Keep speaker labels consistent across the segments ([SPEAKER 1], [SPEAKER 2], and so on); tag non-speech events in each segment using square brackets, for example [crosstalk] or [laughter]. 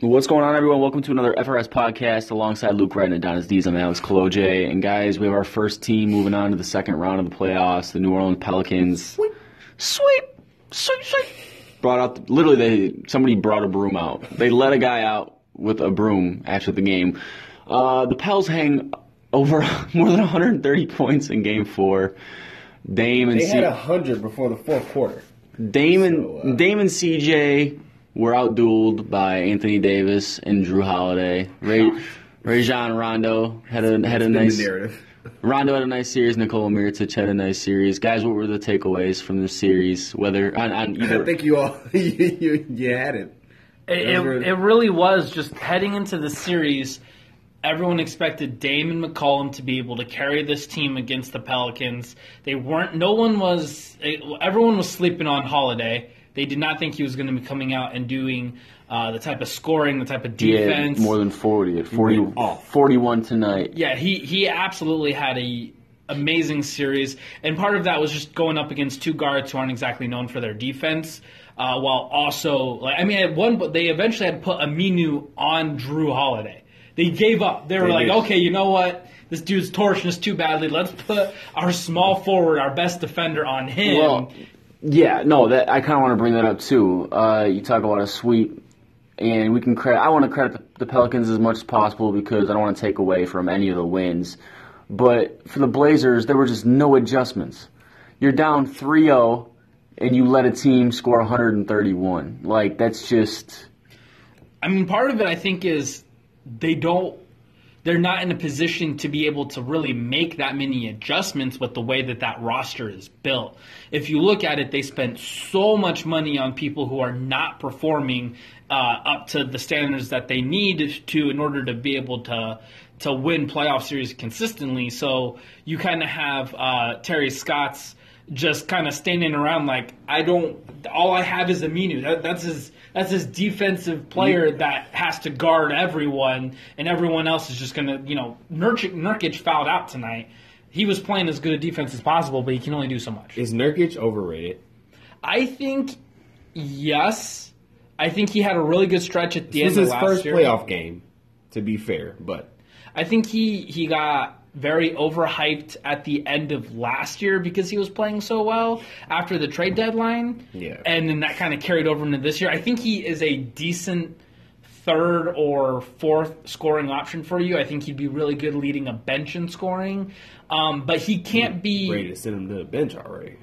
[SPEAKER 1] What's going on, everyone? Welcome to another FRS podcast alongside Luke Wright and Adonis Dees. I'm Alex Koloje. And guys, we have our first team moving on to the second round of the playoffs, the New Orleans Pelicans. Sweep, sweep, sweep, sweep. Brought out, literally, they somebody brought a broom out. They let a guy out with a broom after the game. Uh, the Pels hang over [laughs] more than 130 points in game four. Dame and
[SPEAKER 2] They
[SPEAKER 1] C-
[SPEAKER 2] had a hundred before the fourth quarter.
[SPEAKER 1] Dame and
[SPEAKER 2] So, uh,
[SPEAKER 1] Dame and CJ were outdueled by Anthony Davis and Drew Holiday. Ray, Rajon Rondo had a had a nice
[SPEAKER 2] narrative.
[SPEAKER 1] Rondo had a nice series. Nikola Mirotic had a nice series. Guys, what were the takeaways from the series? Whether on, on
[SPEAKER 2] [laughs] I
[SPEAKER 1] either
[SPEAKER 2] think you all [laughs] you, you, you had it.
[SPEAKER 3] It,
[SPEAKER 2] Everett.
[SPEAKER 3] it, it really was just heading into the series. Everyone expected Damon McCollum to be able to carry this team against the Pelicans. They weren't. No one was. eh, Everyone was sleeping on Holiday. They did not think he was going to be coming out and doing uh, the type of scoring, the type of
[SPEAKER 1] he had
[SPEAKER 3] defense.
[SPEAKER 1] more than forty at 40,
[SPEAKER 2] went off.
[SPEAKER 1] 41 tonight.
[SPEAKER 3] Yeah, he he absolutely had a amazing series, and part of that was just going up against two guards who aren't exactly known for their defense. Uh, while also, like, I mean, at one but they eventually had to put Aminu on Drew Holiday. They gave up. They were
[SPEAKER 2] They
[SPEAKER 3] like,
[SPEAKER 2] did.
[SPEAKER 3] okay, you know what? This dude's torching us too badly. Let's put our small forward, our best defender, on him.
[SPEAKER 1] Well, yeah, no, that I kind of want to bring that up too. Uh, you talk about a sweep, and we can credit. I want to credit the, the Pelicans as much as possible because I don't want to take away from any of the wins. But for the Blazers, there were just no adjustments. You're down 3-0, and you let a team score 131. Like that's just
[SPEAKER 3] I mean, part of it I think is they don't. They're not in a position to be able to really make that many adjustments with the way that that roster is built. If you look at it, they spent so much money on people who are not performing uh, up to the standards that they need to in order to be able to to win playoff series consistently. So you kind of have uh, Terry Scott's just kind of standing around like I don't. All I have is Aminu. That, that's his. That's his defensive player that has to guard everyone, and everyone else is just gonna, you know, Nurkic, Nurkic fouled out tonight. He was playing as good a defense as possible, but he can only do so much.
[SPEAKER 4] Is Nurkic overrated?
[SPEAKER 3] I think, yes, I think he had a really good stretch at the
[SPEAKER 4] This is
[SPEAKER 3] end
[SPEAKER 4] his
[SPEAKER 3] of last
[SPEAKER 4] first
[SPEAKER 3] year.
[SPEAKER 4] playoff game, to be fair, but
[SPEAKER 3] I think he he got very overhyped at the end of last year because he was playing so well after the trade deadline.
[SPEAKER 4] Yeah.
[SPEAKER 3] And then that kind of carried over into this year. I think he is a decent third or fourth scoring option for you. I think he'd be really good leading a bench in scoring. Um, but he can't be
[SPEAKER 4] ready to send him to the bench
[SPEAKER 3] [laughs]
[SPEAKER 4] already.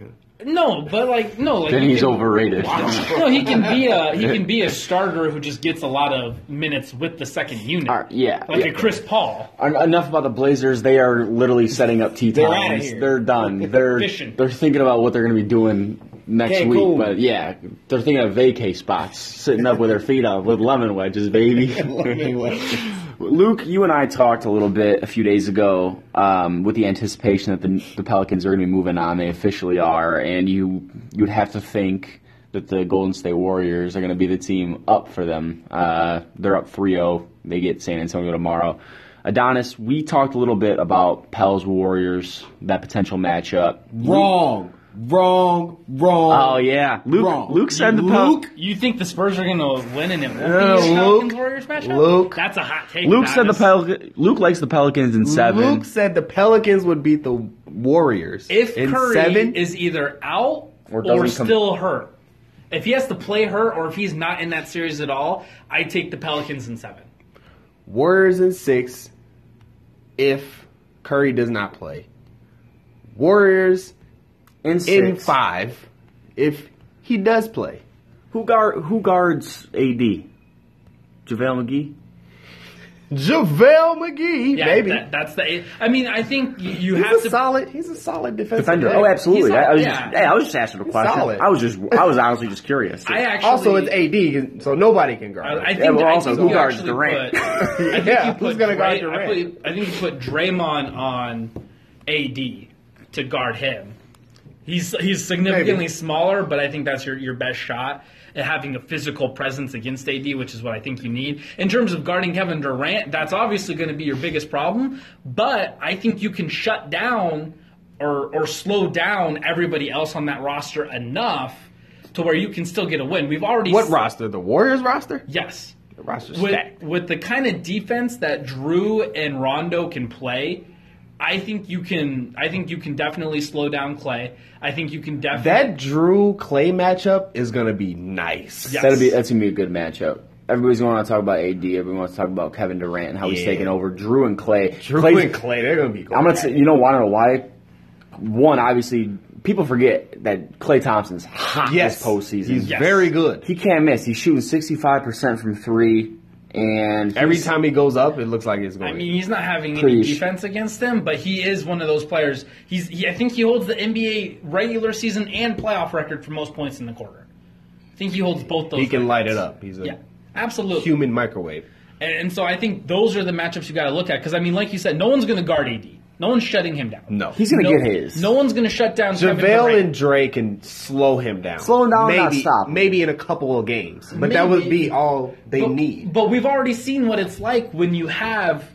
[SPEAKER 3] No, but like no, like
[SPEAKER 1] then
[SPEAKER 3] you
[SPEAKER 1] he's
[SPEAKER 3] can-
[SPEAKER 1] overrated.
[SPEAKER 3] No, he can be a he can be a starter who just gets a lot of minutes with the second unit.
[SPEAKER 1] All right, yeah,
[SPEAKER 3] Like
[SPEAKER 1] yeah.
[SPEAKER 3] a Chris Paul.
[SPEAKER 1] En- Enough about the Blazers. They are literally setting up tea
[SPEAKER 4] They're outta
[SPEAKER 1] times.
[SPEAKER 4] here.
[SPEAKER 1] They're done. They're
[SPEAKER 3] Fishing.
[SPEAKER 1] they're thinking about what they're going to be doing next
[SPEAKER 4] Okay,
[SPEAKER 1] week.
[SPEAKER 4] cool.
[SPEAKER 1] But yeah, they're thinking of vacay spots, sitting up with their feet up with lemon
[SPEAKER 4] [laughs]
[SPEAKER 1] wedges, baby.
[SPEAKER 2] [laughs] Anyway,
[SPEAKER 1] Luke, you and I talked a little bit a few days ago um, with the anticipation that the, the Pelicans are going to be moving on. They officially are, and you you'd have to think that the Golden State Warriors are going to be the team up for them. Uh, they're up 3-0. They get San Antonio tomorrow. Adonis, we talked a little bit about Pels Warriors that potential matchup.
[SPEAKER 4] Wrong, wrong, wrong.
[SPEAKER 1] Oh yeah, Luke.
[SPEAKER 4] Wrong.
[SPEAKER 1] Luke said the Pel-
[SPEAKER 4] Luke
[SPEAKER 3] You think the Spurs are going to win and it won't
[SPEAKER 1] Uh,
[SPEAKER 3] be a
[SPEAKER 1] Luke,
[SPEAKER 3] Pelicans Warriors matchup?
[SPEAKER 4] Luke,
[SPEAKER 3] that's a hot take.
[SPEAKER 1] Luke said the
[SPEAKER 3] Donis.
[SPEAKER 1] Pel- Luke likes the Pelicans in seven.
[SPEAKER 4] Luke
[SPEAKER 2] said the Pelicans would beat the Warriors
[SPEAKER 3] If
[SPEAKER 2] in
[SPEAKER 3] Curry
[SPEAKER 2] seven.
[SPEAKER 3] is either out
[SPEAKER 1] Or
[SPEAKER 3] or,
[SPEAKER 1] doesn't come-
[SPEAKER 3] still hurt, if he has to play hurt or if he's not in that series at all, I take the Pelicans in seven.
[SPEAKER 2] Warriors in six. If Curry does not play, Warriors
[SPEAKER 1] in
[SPEAKER 2] in
[SPEAKER 1] six.
[SPEAKER 2] five. If he does play,
[SPEAKER 1] Who guard who guards AD? JaVale McGee.
[SPEAKER 2] JaVale McGee,
[SPEAKER 3] Yeah,
[SPEAKER 2] baby.
[SPEAKER 3] that- that's the. I mean, I think you, you have
[SPEAKER 2] he's a
[SPEAKER 3] to.
[SPEAKER 2] solid. He's a solid defensive
[SPEAKER 1] Defender.
[SPEAKER 2] back.
[SPEAKER 1] Oh, absolutely.
[SPEAKER 3] He's
[SPEAKER 1] I, I was
[SPEAKER 3] solid,
[SPEAKER 1] just,
[SPEAKER 3] yeah.
[SPEAKER 1] hey, I was just asking a question.
[SPEAKER 2] solid.
[SPEAKER 1] I was just I was honestly just curious.
[SPEAKER 3] I actually
[SPEAKER 2] Also, it's AD, so nobody can guard. him.
[SPEAKER 3] I, I think,
[SPEAKER 1] Yeah, well,
[SPEAKER 3] I
[SPEAKER 1] also,
[SPEAKER 3] think
[SPEAKER 1] who
[SPEAKER 3] you
[SPEAKER 1] guards
[SPEAKER 3] actually
[SPEAKER 1] Durant? [laughs]
[SPEAKER 3] Put, I think
[SPEAKER 2] Yeah,
[SPEAKER 3] you put
[SPEAKER 2] who's gonna guard
[SPEAKER 3] Dra- I,
[SPEAKER 2] Durant?
[SPEAKER 3] put, I think you put Draymond on AD to guard him. He's he's significantly
[SPEAKER 2] Maybe.
[SPEAKER 3] smaller, but I think that's your, your best shot at having a physical presence against AD, which is what I think you need. In terms of guarding Kevin Durant, that's obviously going to be your biggest problem, but I think you can shut down or or slow down everybody else on that roster enough to where you can still get a win. We've already
[SPEAKER 2] What
[SPEAKER 3] s-
[SPEAKER 2] roster? The Warriors roster?
[SPEAKER 3] Yes.
[SPEAKER 2] roster
[SPEAKER 3] with,
[SPEAKER 2] stacked.
[SPEAKER 3] with the kind of defense that Drew and Rondo can play, I think you can. I think you can definitely slow down Clay. I think you can definitely.
[SPEAKER 2] That Drew Clay matchup is gonna be nice.
[SPEAKER 3] Yeah.
[SPEAKER 1] That'll be that's gonna be a good matchup. Everybody's going to want to talk about AD. Everyone wants to talk about Kevin Durant and how he's
[SPEAKER 2] Yeah.
[SPEAKER 1] taking over. Drew and Clay.
[SPEAKER 2] Drew
[SPEAKER 1] Clay's-
[SPEAKER 2] and Clay, they're gonna be. Going
[SPEAKER 1] I'm gonna say you know why I don't know why. One, obviously, people forget that Clay Thompson's hot
[SPEAKER 2] yes,
[SPEAKER 1] this postseason.
[SPEAKER 2] He's
[SPEAKER 3] Yes.
[SPEAKER 2] very good.
[SPEAKER 1] He can't miss. He's shooting 65 percent from three, and
[SPEAKER 2] Every
[SPEAKER 1] he's-
[SPEAKER 2] time he goes up, it looks like it's going.
[SPEAKER 3] I mean, he's not having any
[SPEAKER 1] Preach.
[SPEAKER 3] defense against him, but he is one of those players. He's. He, I think he holds the NBA regular season and playoff record for most points in the quarter. I think he holds both those.
[SPEAKER 2] he can light it
[SPEAKER 3] records.
[SPEAKER 2] up. He's a
[SPEAKER 3] Yeah, absolutely.
[SPEAKER 2] human microwave.
[SPEAKER 3] And, and so I think those are the matchups you got to look at because I mean, like you said, no one's going to guard AD. No one's shutting him down.
[SPEAKER 2] No,
[SPEAKER 1] he's gonna
[SPEAKER 3] no,
[SPEAKER 1] get his.
[SPEAKER 3] No one's going to shut down Kevin
[SPEAKER 2] JaVale
[SPEAKER 3] Durant.
[SPEAKER 2] and Dre can slow him down.
[SPEAKER 1] Slow him down,
[SPEAKER 2] maybe,
[SPEAKER 1] not stop him.
[SPEAKER 2] Maybe in a couple of games, but that would
[SPEAKER 3] Maybe.
[SPEAKER 2] be all they
[SPEAKER 3] but,
[SPEAKER 2] need.
[SPEAKER 3] But we've already seen what it's like when you have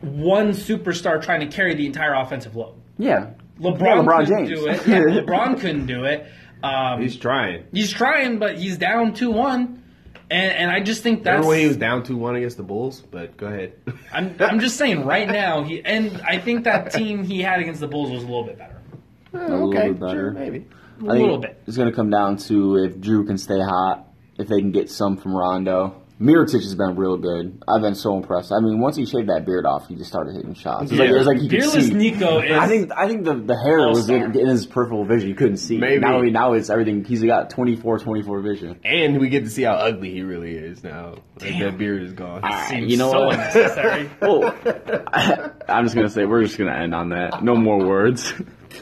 [SPEAKER 3] one superstar trying to carry the entire offensive load.
[SPEAKER 1] yeah,
[SPEAKER 3] LeBron,
[SPEAKER 1] yeah, LeBron
[SPEAKER 3] couldn't
[SPEAKER 1] James.
[SPEAKER 3] do
[SPEAKER 1] [laughs]
[SPEAKER 3] it. Yeah, LeBron couldn't do it. Um,
[SPEAKER 2] he's
[SPEAKER 3] he's,
[SPEAKER 2] trying.
[SPEAKER 3] trying, but he's down two one, and and I just think that's
[SPEAKER 2] Remember when he was down two one against the Bulls? But go ahead. [laughs]
[SPEAKER 3] I'm I'm just saying right now he and I think that team he had against the Bulls was a little bit better.
[SPEAKER 1] A little
[SPEAKER 2] okay,
[SPEAKER 1] bit better.
[SPEAKER 2] sure, maybe.
[SPEAKER 1] I think
[SPEAKER 3] little bit.
[SPEAKER 1] It's going to come down to if Drew can stay hot, if they can get some from Rondo. Mirotic has been real good. I've been so impressed. I mean, once he shaved that beard off, he just started hitting shots. It's like,
[SPEAKER 2] Yeah.
[SPEAKER 1] it's like he could
[SPEAKER 3] Fearless
[SPEAKER 1] see.
[SPEAKER 3] Nico is
[SPEAKER 1] I think I think the, the hair was in,
[SPEAKER 3] All-star.
[SPEAKER 1] in his peripheral vision. You couldn't see.
[SPEAKER 2] Maybe.
[SPEAKER 1] Now, he, now it's everything. He's got 24 24 vision.
[SPEAKER 2] And we get to see how ugly he really is now. Like, that beard is gone.
[SPEAKER 3] seems
[SPEAKER 1] you know
[SPEAKER 3] so
[SPEAKER 1] what? [laughs]
[SPEAKER 3] unnecessary.
[SPEAKER 1] Oh, I, I'm just going to say, we're just going to end on that. No more words. [laughs]